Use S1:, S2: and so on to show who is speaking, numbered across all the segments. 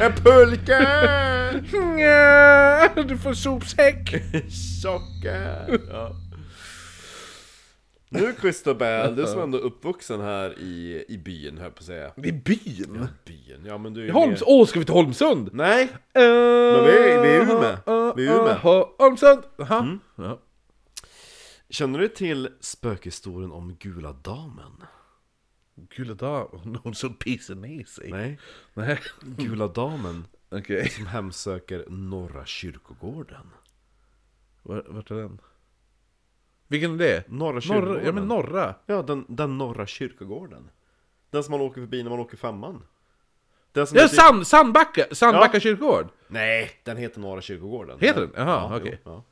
S1: En pulka!
S2: Nja, Du får sopsäck!
S1: Socker! Ja. Nu Christobel, du som ändå är uppvuxen här i, i byn, höll jag på att säga.
S2: I byn?
S1: Byn, ja men du är ju
S2: Holms...
S1: mer-
S2: Åh, ska vi till Holmsund?
S1: Nej!
S2: Eh, Men
S1: vi är- vi är Umeå.
S2: eh,
S1: Vi är Umeå. Mm.
S2: Holmsund! Aha. Ja.
S1: Känner du till spökhistorien om Gula Damen?
S2: Gula dag, någon som pissar ner sig.
S1: Nej,
S2: Nej.
S1: Gula Damen
S2: Okej.
S1: som hemsöker Norra Kyrkogården.
S2: Var- Vart är den? Vilken är det?
S1: Norra
S2: Norra,
S1: Kyrkogården?
S2: ja men norra.
S1: Ja, den, den Norra Kyrkogården. Den som man åker förbi när man åker femman. Den som
S2: Ja,
S1: heter-
S2: sand, Sandbacka, Sandbacka
S1: Ja.
S2: kyrkogård!
S1: Nej, den heter Norra Kyrkogården.
S2: Heter den? Jaha,
S1: Ja,
S2: okej.
S1: jo, ja.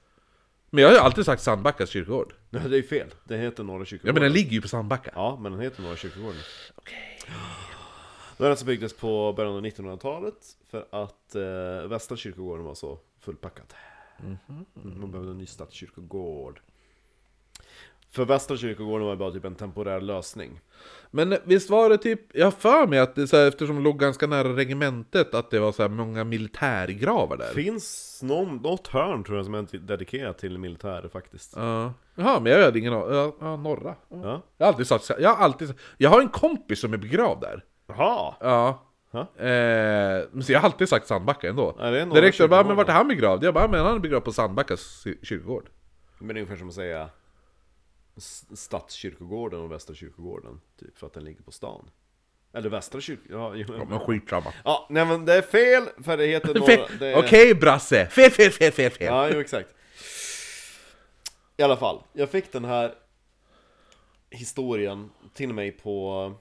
S2: Men jag har ju alltid sagt Sandbackas kyrkogård.
S1: Nej, det är ju fel. Den heter Norra
S2: Ja
S1: Kyrkogården.
S2: men den ligger ju på Sandbacka.
S1: Ja, men den heter Norra Kyrkogården. Det var den som byggdes på början av 1900-talet för att eh, Västra kyrkogården var så fullpackad.
S2: Mhm.
S1: Man behövde en ny stadskyrkogård. För Västra kyrkogården var ju bara typ en temporär lösning.
S2: Men visst var det typ, jag har för mig att det, så här, eftersom det låg ganska nära regementet, att det var så här många militärgravar där.
S1: Finns någon, något hörn tror jag som är dedikerat till militärer faktiskt.
S2: Ja. Jaha, men jag hade ingen aning. Ja, ja, norra. Ja.
S1: Ja.
S2: Jag har alltid sagt, jag har alltid jag har en kompis som är begravd där.
S1: Jaha!
S2: Ja.
S1: Ja.
S2: Eh, men så jag har alltid sagt Sandbacka ändå.
S1: Ja, det är norra
S2: Direkt jag bara, men
S1: kyrkogården.
S2: vart är han begravd? Jag bara, men han är begravd på Sandbackas kyrkogård.
S1: Men det är ungefär som att säga S- Stadskyrkogården och Västra kyrkogården. Typ för att den ligger på stan. Eller Västra kyrkogården. Ja,
S2: Ja,
S1: jo,
S2: men skitsamma.
S1: Ja, nej men det är fel för det heter
S2: Fe-
S1: norra... det
S2: Okej
S1: är-
S2: Brasse! Fel, fel, fel, fel, fel!
S1: Ja, jo exakt. I alla fall, jag fick den här historien till mig på,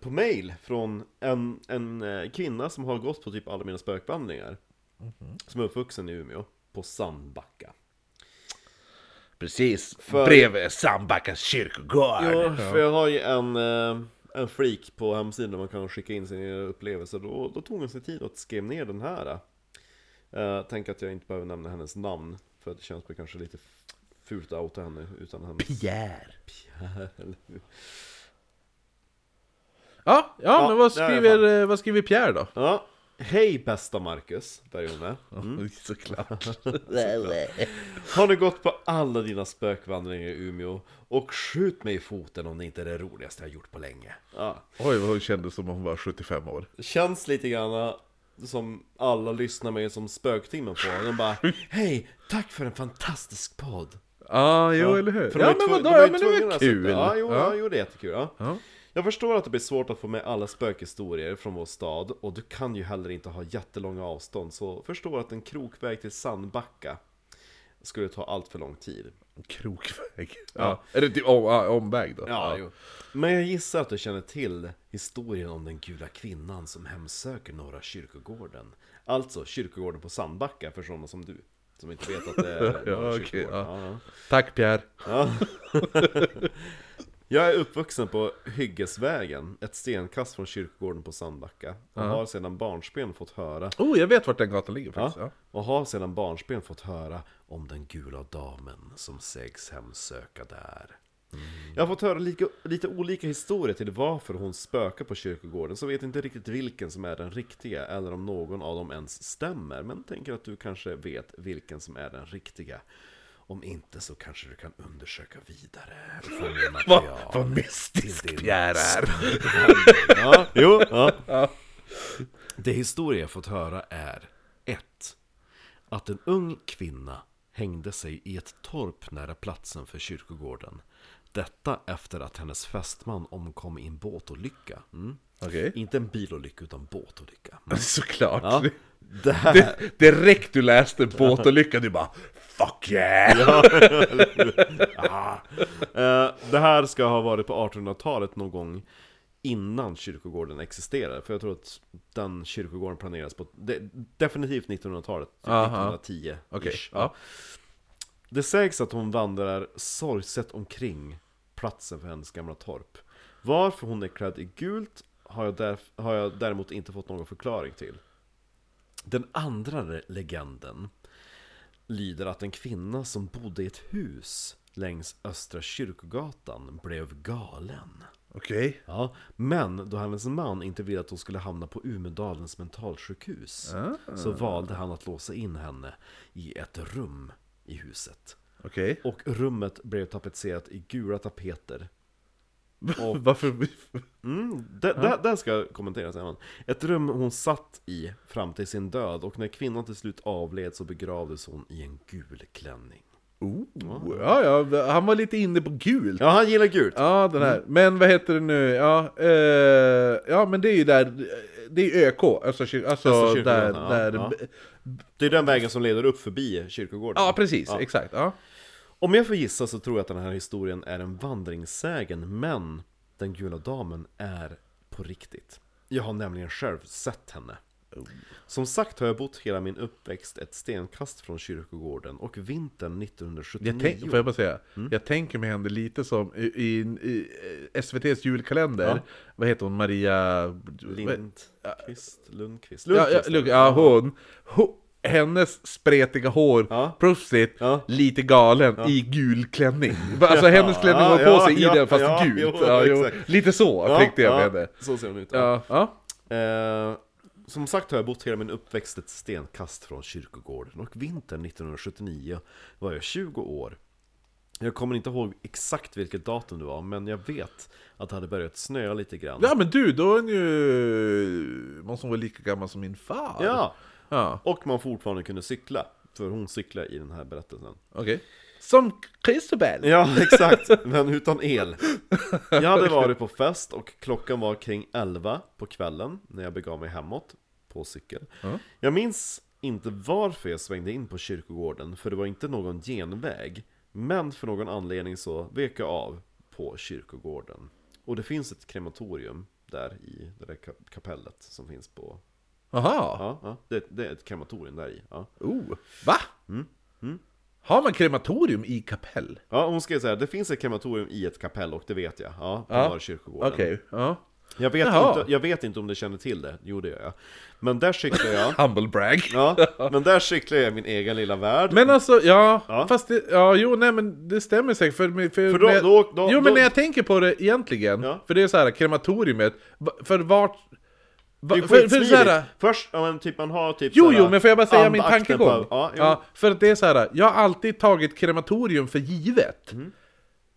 S1: på mail från en, en eh, kvinna som har gått på typ alla mina spökvandringar. Som är uppvuxen i Umeå, på Sandbacka.
S2: Precis,
S1: För-
S2: bredvid Sandbackas kyrkogård!
S1: Ja, för jag har ju en, eh, en freak på hemsidan där man kan skicka in sina upplevelser. Då, då tog hon sig tid att skrev ner den här. Eh, tänk att jag inte behöver nämna hennes namn, för att det känns väl kanske lite fult att outa henne utan hennes
S2: Pierre!
S1: Eller hur?
S2: Ja, ja,
S1: Ja,
S2: men vad
S1: där är
S2: skriver, eh, vad skriver Pierre då?
S1: Ja, hej bästa Marcus, börjar hon med.
S2: Såklart.
S1: Har du gått på alla dina spökvandringar i Umeå? Och skjut mig i foten om det inte är det roligaste jag gjort på länge. Ja.
S2: Oj, vad hon kändes som om hon var 75 år.
S1: Det känns lite grann eh, som alla lyssnar med som spöktimmen på. De bara Hej, tack för en fantastisk podd!
S2: Ah, jo, eller hur?
S1: För de
S2: Ja,
S1: är
S2: men
S1: tvu-
S2: vadå?
S1: de är
S2: Ja, men det
S1: tvungna
S2: var
S1: att
S2: kul!
S1: sätta- Ja, jo, ja.
S2: Ja.
S1: jo, det är jättekul. Ja.
S2: Ja.
S1: Jag förstår att det blir svårt att få med alla spökhistorier från vår stad och du kan ju heller inte ha jättelånga avstånd så förstår att en krokväg till Sandbacka skulle ta allt för lång tid.
S2: Krokväg. Ja. Eller typ om, ja, omväg då.
S1: Ja, Jo. Men jag gissar att du känner till historien om den gula kvinnan som hemsöker Norra kyrkogården. Alltså kyrkogården på Sandbacka för sådana som du. Som inte vet att det är
S2: Ja,
S1: Norra
S2: okej,
S1: kyrkogården.
S2: ja.
S1: Ja, ja.
S2: Tack Pierre!
S1: Jag är uppvuxen på Hyggesvägen, ett stenkast från kyrkogården på Sandbacka. Och har sedan barnsben fått höra
S2: Oh, jag vet vart den gatan ligger faktiskt. Ja.
S1: Ja, och har sedan barnsben fått höra om den gula damen som sägs hemsöka där.
S2: Mm.
S1: Jag har fått höra lika, lite olika historier till varför hon spökar på kyrkogården, så vet inte riktigt vilken som är den riktiga, eller om någon av dem ens stämmer, men tänker att du kanske vet vilken som är den riktiga. Om inte så kanske du kan undersöka vidare. och få mer
S2: Vad,
S1: material.
S2: vad mystisk Pierre är!
S1: Ja, jo, ja. Det historia jag fått höra är 1. Att en ung kvinna hängde sig i ett torp nära platsen för kyrkogården. Detta efter att hennes fästman omkom i en båtolycka. Mm.
S2: Okej.
S1: Inte en bilolycka utan båtolycka. Mm.
S2: Såklart!
S1: Ja. Det här...
S2: Det, direkt du läste båtolycka, du bara Fuck yeah!
S1: Eh, det här ska ha varit på 1800-talet någon gång innan kyrkogården existerade. För jag tror att den kyrkogården planeras på de, definitivt 1900-talet, typ
S2: Aha.
S1: 1910 -ish.
S2: Okej, ja.
S1: Det sägs att hon vandrar sorgset omkring platsen för hennes gamla torp. Varför hon är klädd i gult har jag, därf- har jag däremot inte fått någon förklaring till. Den andra re- legenden lyder att en kvinna som bodde i ett hus längs Östra Kyrkogatan blev galen.
S2: Okej.
S1: Ja, men då hennes man inte ville att hon skulle hamna på Umedalens mentalsjukhus så valde han att låsa in henne i ett rum i huset.
S2: Okej.
S1: Och rummet blev tapetserat i gula tapeter.
S2: Varför?
S1: Mm, det, det, det här ska jag kommentera sen. Ett rum hon satt i fram till sin död och när kvinnan till slut avled så begravdes hon i en gul klänning.
S2: Oh, ja, ja, han var lite inne på gult.
S1: Ja, han gillar gult!
S2: Ja, den här.
S1: Mm.
S2: Men vad heter det nu? Ja, eh, ja men det är ju där... Det är ÖK, alltså, kyr, alltså
S1: Östra
S2: där...
S1: kyrkan, ja,
S2: där
S1: ja.
S2: ja.
S1: Det är den vägen som leder upp förbi kyrkogården.
S2: precis. Exakt. Ja.
S1: Om jag får gissa så tror jag att den här historien är en vandringssägen, men den gula damen är på riktigt. Jag har nämligen själv sett henne.
S2: Oh.
S1: Som sagt har jag bott hela min uppväxt ett stenkast från kyrkogården och vintern
S2: Jag tänk,
S1: 1979
S2: får jag bara säga?
S1: Mm.
S2: Jag tänker mig henne lite som i, i, i eh, SVT's julkalender. Vad heter hon? Maria... vad-
S1: Lindqvist, Lundqvist,
S2: Ja, ja,
S1: Lundqvist
S2: Lund, ja hon, hon. Hennes spretiga hår,
S1: Ja.
S2: proffsigt,
S1: Ja.
S2: lite galen, i gul klänning. Alltså hennes klänning
S1: ja,
S2: var på sig
S1: ja,
S2: i den fast
S1: ja,
S2: gult.
S1: jo,
S2: ja, jo.
S1: exakt.
S2: Lite så
S1: Ja,
S2: tänkte jag
S1: ja,
S2: med henne.
S1: Så ser hon ut.
S2: Ja, ja.
S1: Eh, som sagt har jag bott hela min uppväxt ett stenkast från kyrkogården och vintern 1979 var jag 20 år. Jag kommer inte ihåg exakt vilket datum det var, men jag vet att det hade börjat snöa lite grann.
S2: Ja men du, då är hon ju... Måste hon vara lika gammal som min far?
S1: Ja,
S2: Ja,
S1: Och man fortfarande kunde cykla, för hon cyklar i den här berättelsen.
S2: okej. Som Christobel!
S1: Ja, exakt, men utan el. Jag hade varit på fest och klockan var kring 11 på kvällen när jag begav mig hemåt på cykel. Jag minns inte varför jag svängde in på kyrkogården, för det var inte någon genväg. Men för någon anledning så vek jag av på kyrkogården. Och det finns ett krematorium där i det där ka- kapellet som finns på...
S2: Jaha,
S1: Ja, ja det, det är ett krematorium där i. Ja. Mm,
S2: oh. Va? Har man krematorium i kapell?
S1: Ja, hon skrev så här, det finns ett krematorium i ett kapell och det vet jag. Ja, på
S2: Ja,
S1: norra kyrkogården.
S2: Okej, ja.
S1: Jag vet,
S2: Jaha.
S1: inte, jag vet inte om du känner till det, jo det gör jag. Men där cyklar jag,
S2: Humble brag.
S1: ja, men där cyklar jag i min egen lilla värld.
S2: Men alltså, ja,
S1: Ja.
S2: fast det, ja, jo, nej men det stämmer säkert för,
S1: För då-
S2: när jag-
S1: då- då-
S2: Jo
S1: då-
S2: men när jag tänker på det egentligen,
S1: Ja.
S2: för det är så här krematoriumet, va- för vart...
S1: det
S2: Va,
S1: är ju
S2: för, för
S1: skitsmidigt.
S2: så här,
S1: Först, ja, men typ man har typ
S2: Jo,
S1: så här,
S2: jo, men får jag bara säga min
S1: andakten
S2: tankegång?
S1: på- Ja, jo.
S2: ja, för att det är så här, jag har alltid tagit krematorium för givet.
S1: Mm.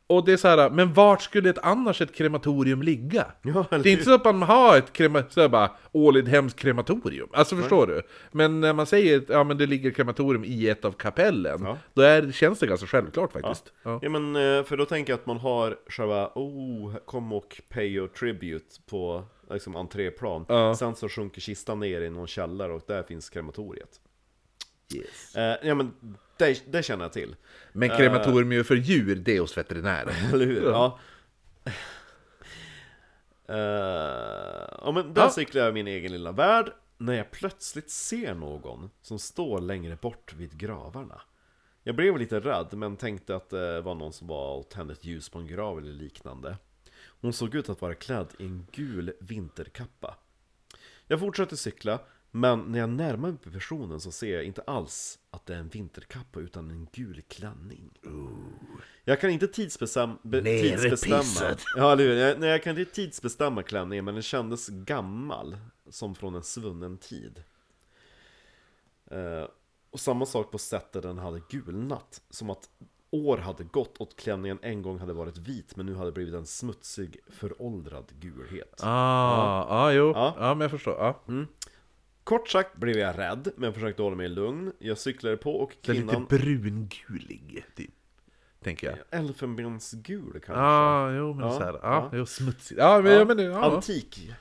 S2: Och det är så här, men vart skulle ett annars ett krematorium ligga?
S1: Ja, eller
S2: det är inte så att man har ett krema- så här bara, Ålidhems krematorium, alltså förstår du? Men när man säger att ja, men det ligger krematorium i ett av kapellen,
S1: Ja.
S2: då är, känns det ganska självklart faktiskt. Ja.
S1: Ja. men eh, för då tänker jag att man har själva oh, kom och pay your tribute på liksom entréplan. Sen så sjunker kistan ner i någon källare och där finns krematoriet. Eh, ja men det, det känner jag till.
S2: Men krematorium
S1: Eh.
S2: är ju för djur, det är hos veterinären.
S1: Eller hur? Ja. Eh, ja men där
S2: Ja.
S1: cyklar jag i min egen lilla värld när jag plötsligt ser någon som står längre bort vid gravarna. Jag blev lite rädd men tänkte att det var någon som var och tände ett ljus på en grav eller liknande. Hon såg ut att vara klädd i en gul vinterkappa. Jag fortsätter cykla, men när jag närmar mig personen så ser jag inte alls att det är en vinterkappa utan en gul klänning. Jag kan inte tidsbestäm- be-
S2: Nere
S1: tidsbestämma
S2: pissad.
S1: ja, eller hur? jag, nej, jag kan inte tidsbestämma klänningen, men den kändes gammal, som från en svunnen tid. Eh, och samma sak på sättet den hade gulnat, som att år hade gått och klänningen en gång hade varit vit, men nu hade blivit en smutsig, föråldrad gulhet.
S2: Ah, ja, jo,
S1: Ja.
S2: ja. men jag förstår. Ja.
S1: Kort sagt blev jag rädd, men försökte hålla mig lugn. Jag cyklade på och
S2: Så lite
S1: kvinnan...
S2: brungulig, typ. Tänker jag.
S1: Elfenbensgul kanske?
S2: Ja, ah, jo men
S1: Ja,
S2: så här, ja,
S1: ja.
S2: jo smutsigt. Ja, men, ja. men det, ja.
S1: Antik,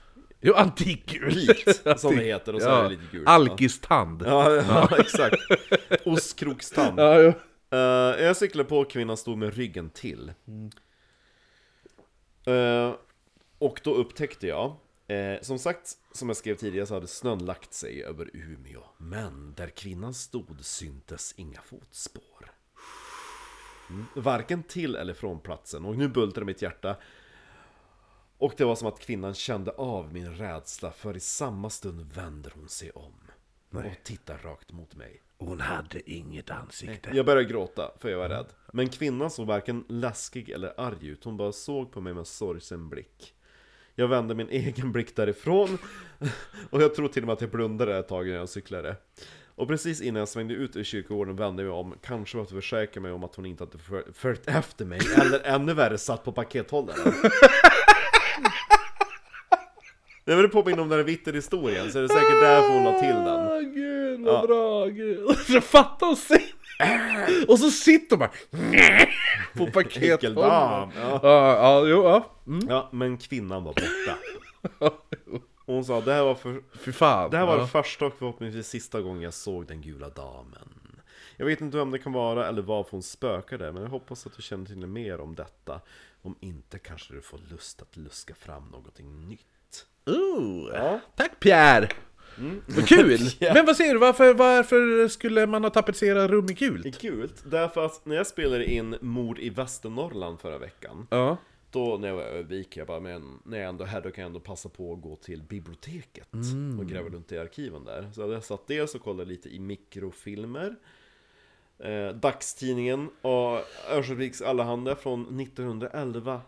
S2: Jo, antikgul!
S1: rikt, som det heter, och så är det lite gult.
S2: Alkistand. Ja.
S1: Ja, ja exakt. Ostkrokstand.
S2: Ja, jo.
S1: Eh, jag cyklade på och kvinnan stod med ryggen till. Eh, och då upptäckte jag, eh, som sagt, som jag skrev tidigare så hade snön lagt sig över Umeå. Men där kvinnan stod syntes inga fotspår. Mm, Varken till eller från platsen och nu bultade mitt hjärta. Och det var som att kvinnan kände av min rädsla för i samma stund vänder hon sig om. och tittar rakt mot mig.
S2: Hon hade inget ansikte.
S1: Jag började gråta, för jag var rädd. Men kvinnan såg varken läskig eller arg ut, hon bara såg på mig med sorgsen blick. Jag vände min egen blick därifrån, och jag tror till och med att jag blundade ett tag när jag cyklade. Och precis innan jag svängde ut ur kyrkogården vände jag mig om, kanske för att försäkra mig om att hon inte hade för- följt efter mig, eller ännu värre satt på pakethållaren. Nej men det påminner om den där Vitter-historien, så det är säkert därför hon la till den.
S2: Ah, gud vad bra, gud. Jag fattar och se.
S1: Äh.
S2: Och så sitter man på paket.
S1: Vilken dam, ja.
S2: Ja, ja, jo, ja. Mm.
S1: Ja, men kvinnan var borta. Hon sa det här var, för,
S2: Fy fan.
S1: det här var
S2: ja.
S1: den första och förhoppningsvis sista gången jag såg den gula damen. Jag vet inte vem det kan vara eller varför hon spökade, men jag hoppas att du känner till mer om detta. Om inte kanske du får lust att luska fram någonting nytt.
S2: Ooh.
S1: Ja. Mm.
S2: Tack Pierre! Vad kul!
S1: Pierre.
S2: Men vad säger du, varför, varför skulle man ha tapetserat rum i
S1: Det är
S2: gult?
S1: gult, därför att när jag spelade in Mord i Västernorrland förra veckan,
S2: Ja.
S1: då när jag var i Örnsköldsvik, jag bara, men när jag ändå är här då kan jag ändå passa på att gå till biblioteket och gräva runt i arkiven där. Så jag satt dels och kollade lite i mikrofilmer, eh, dagstidningen och Örnsköldsviks Allehanda från 1911.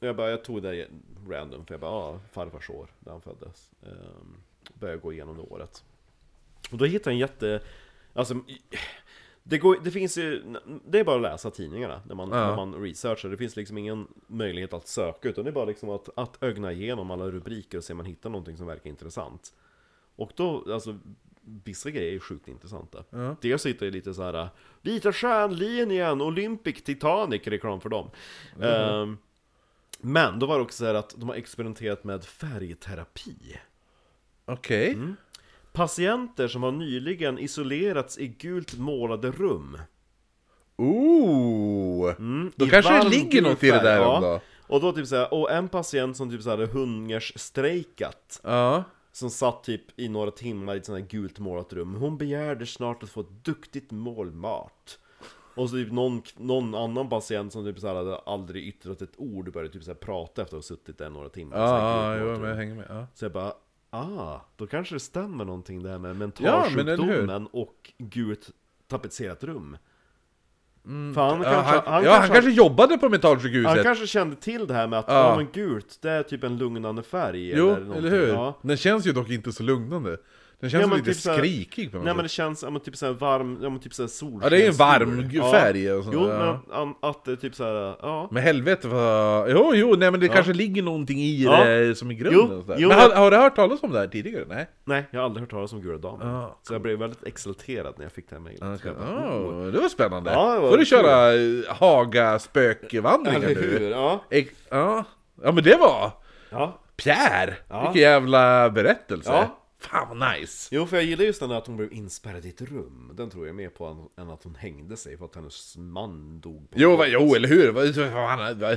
S1: Och Jag bara, jag tog det random, för jag bara, ah, farfars år, när han föddes. Ehm, började gå igenom det året. Och då hittade jag en jätte... Alltså, det, går, det finns ju... Det är bara att läsa tidningarna när man,
S2: Ja.
S1: när man researchar. Det finns liksom ingen möjlighet att söka, utan det är bara liksom att, att ögna igenom alla rubriker och se om man hittar någonting som verkar intressant. Och då, alltså, vissa grejer är sjukt intressanta.
S2: Ja.
S1: Dels så hittar jag lite så här äh, Vita stjärnlinjen, Olympic, Titanic, reklam för dem.
S2: Mm-hmm.
S1: Ehm, men då var det också så här att de har experimenterat med färgterapi.
S2: Okej.
S1: Mm. Patienter som har nyligen isolerats i gult målade rum.
S2: Ooh! Då
S1: Mm. i
S2: kanske det
S1: varm
S2: ligger
S1: gul
S2: något i det
S1: färg,
S2: där
S1: ja.
S2: ändå.
S1: Och då typ såhär, och en patient som typ såhär hungerstrejkat
S2: Ja.
S1: Som satt typ i några timmar i ett sånt här gult målat rum Hon begärde snart att få ett duktigt mål mat Och så typ någon, någon annan patient som typ såhär hade aldrig yttrat ett ord Började typ såhär prata efter att ha suttit där några timmar i
S2: Ja,
S1: ett sånt här
S2: ah,
S1: gult målat
S2: jo,
S1: rum.
S2: men jag hänger med. Ja.
S1: Så jag bara, ah, då kanske det stämmer någonting det här med
S2: Ja, men eller hur?
S1: mentalsjukdomen och gult tapetserat rum. För han kanske,
S2: Mm, ja, han,
S1: han,
S2: ja,
S1: kanske,
S2: han kanske jobbade på mentalsjukhuset.
S1: han kanske kände till det här med att, ja
S2: Ja.
S1: ah, men gult, det är typ en lugnande färg
S2: jo,
S1: eller
S2: eller,
S1: någonting.
S2: hur?
S1: Ja.
S2: Den känns ju dock inte så lugnande. Den känns
S1: Ja, men
S2: lite
S1: typ så här-
S2: skrikig på något
S1: Nej men
S2: sätt.
S1: det känns, ja men typ såhär varm, ja men typ såhär solsken
S2: Ja, det är ju en varm
S1: stor.
S2: färg och sånt
S1: Jo
S2: där,
S1: men
S2: ja.
S1: att, an- att det är typ såhär, ja
S2: Men helvete vad... Jo, jo, nej men det kanske ligger någonting i
S1: Ja.
S2: det som i grunden.
S1: Jo,
S2: och sådär.
S1: jo.
S2: Men har, har du hört talas om det här tidigare? Nej?
S1: Nej, jag har aldrig hört talas om gula damen
S2: Ja.
S1: Så jag blev väldigt exalterad när jag fick det här mejlet Så jag bara,
S2: Oh, det var spännande.
S1: Ja, det var
S2: Får du
S1: kul.
S2: köra eh, Haga-spökvandringar
S1: Eller
S2: nu?
S1: hur? Ja,
S2: Ex- ja. ja, men det var
S1: ja
S2: Pierre!
S1: Ja.
S2: Vilken jävla berättelse!
S1: Ja.
S2: Fan vad nice!
S1: Jo, för jag gillar just den där att hon blev inspärrad i ett rum. Den tror jag mer på än- än att hon hängde sig för att hennes man dog. På
S2: Jo, va, jo eller hur? Va- va- fan, va-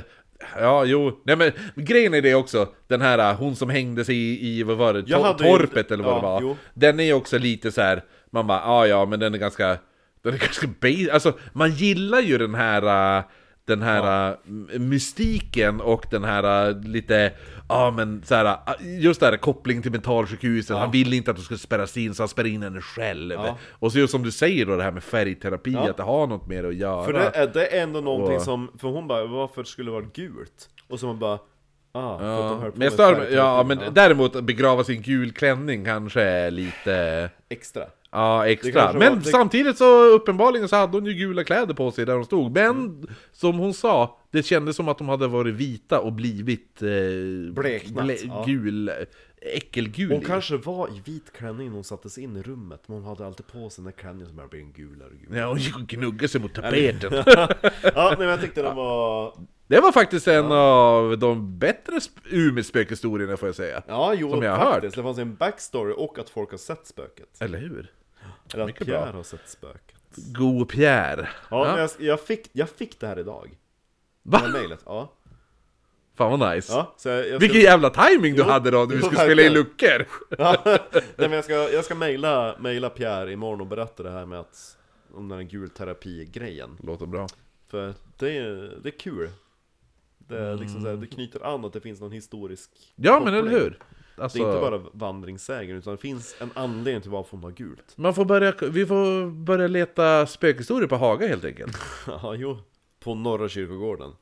S2: Ja, jo. Nej men grejen är det också, den här eh, hon som hängde sig i, i vad var det?
S1: Jag
S2: To-
S1: hade ju
S2: torpet
S1: inte-
S2: eller vad
S1: ja,
S2: det var.
S1: jo.
S2: Den är ju också lite så här. man bara, "Ah, ja ja, men den är ganska... Den är ganska basic. Alltså, man gillar ju den här... eh, Den här eh, m- mystiken och den här eh, lite, ja men så här, eh, just det här koppling till mentalsjukhuset, han vill inte att du ska spärras in så han spärrar in henne själv.
S1: Ja.
S2: Och så just som du säger då det här med färgterapi,
S1: Ja.
S2: att det har något mer att göra.
S1: För det är, det är ändå någonting
S2: Och-
S1: som, för hon bara, varför skulle det vara gult? Och så man bara, ah, för att de höll
S2: Ja,
S1: på
S2: men jag
S1: med
S2: stör mig,
S1: färgterapi.
S2: ja, men däremot att begrava sin gul klänning kanske är lite
S1: Extra.
S2: ja, extra.
S1: kanske
S2: Men
S1: var- det-
S2: samtidigt så uppenbarligen så hade hon ju gula kläder på sig där hon stod. Men
S1: Mm.
S2: som hon sa, det kändes som att de hade varit vita och blivit eh,
S1: Bleknat, ja.
S2: gul, äckelgul.
S1: Hon
S2: i.
S1: kanske var i vit klänning när hon sattes in i rummet, men hon hade alltid på sig den där klänningen som började bli en gulare och gulare.
S2: Ja, hon gick och gnuggade sig mot tapeten.
S1: Ja, nej men jag tyckte den var...
S2: Det var faktiskt en av de bättre sp- Umeå-spökhistorierna får jag säga.
S1: Ja, jo
S2: Som jag har
S1: faktiskt. Det fanns en backstory och att folk har sett spöket.
S2: Eller hur?
S1: Eller att
S2: Mycket bra.
S1: Pierre har sett spöket.
S2: God Pierre.
S1: Ja,
S2: Ja.
S1: Men jag, jag, fick, jag fick det här idag. Det
S2: Va?
S1: här mejlet, ja.
S2: Fan vad nice.
S1: ja så jag, jag ska-
S2: Vilken jävla timing du
S1: Jo,
S2: hade då när vi
S1: jo,
S2: skulle spela i
S1: verkligen.
S2: luckor!
S1: Ja, Nej men jag ska, jag ska mejla, mejla Pierre imorgon och berätta det här med att Om den här gulterapi-grejen
S2: Låter bra.
S1: För det är, det är kul Det är liksom så här, det knyter an att det finns någon historisk
S2: Ja men
S1: koppling.
S2: eller hur?
S1: Det är
S2: Alltså,
S1: inte bara vandringssägen, utan det finns en anledning till varför hon har gult.
S2: man får börja, vi får börja leta spökhistorier på Haga helt enkelt.
S1: Ja, jo. På Norra kyrkogården.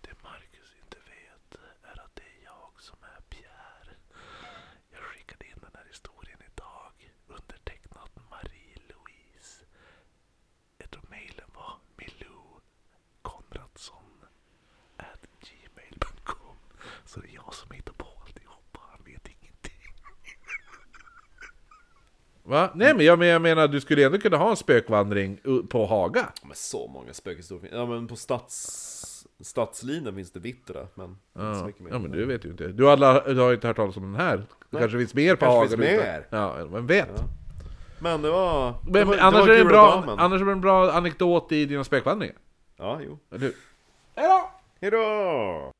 S2: Det Marcus inte vet är att det är jag som är Pierre. Jag skickade in den här historien idag, undertecknad Marie-Louise. Jag tror mejlen var Milou Konradsson at gmail.com. Så det är jag som hittar på alltihopa, han vet ingenting. Va? Nej men jag, men jag menar, du skulle ändå kunna ha en spökvandring u- på Haga.
S1: Ja, men så många spökhistorier finns. Ja, men på stads... stadslinjen finns det bittra, men inte så mycket mer.
S2: Ja men du vet ju inte. Du, har alla, du har inte hört talas om den här. Det kanske finns mer på
S1: kanske
S2: Hagen.
S1: finns
S2: ute.
S1: mer.
S2: Ja, vem vet.
S1: Men det var...
S2: Men,
S1: det var,
S2: annars, är det en
S1: Gula
S2: bra,
S1: Damen.
S2: annars är det en bra anekdot i dina spökvandringar.
S1: Ja, jo.
S2: Eller hur? Hejdå!
S1: Hejdå!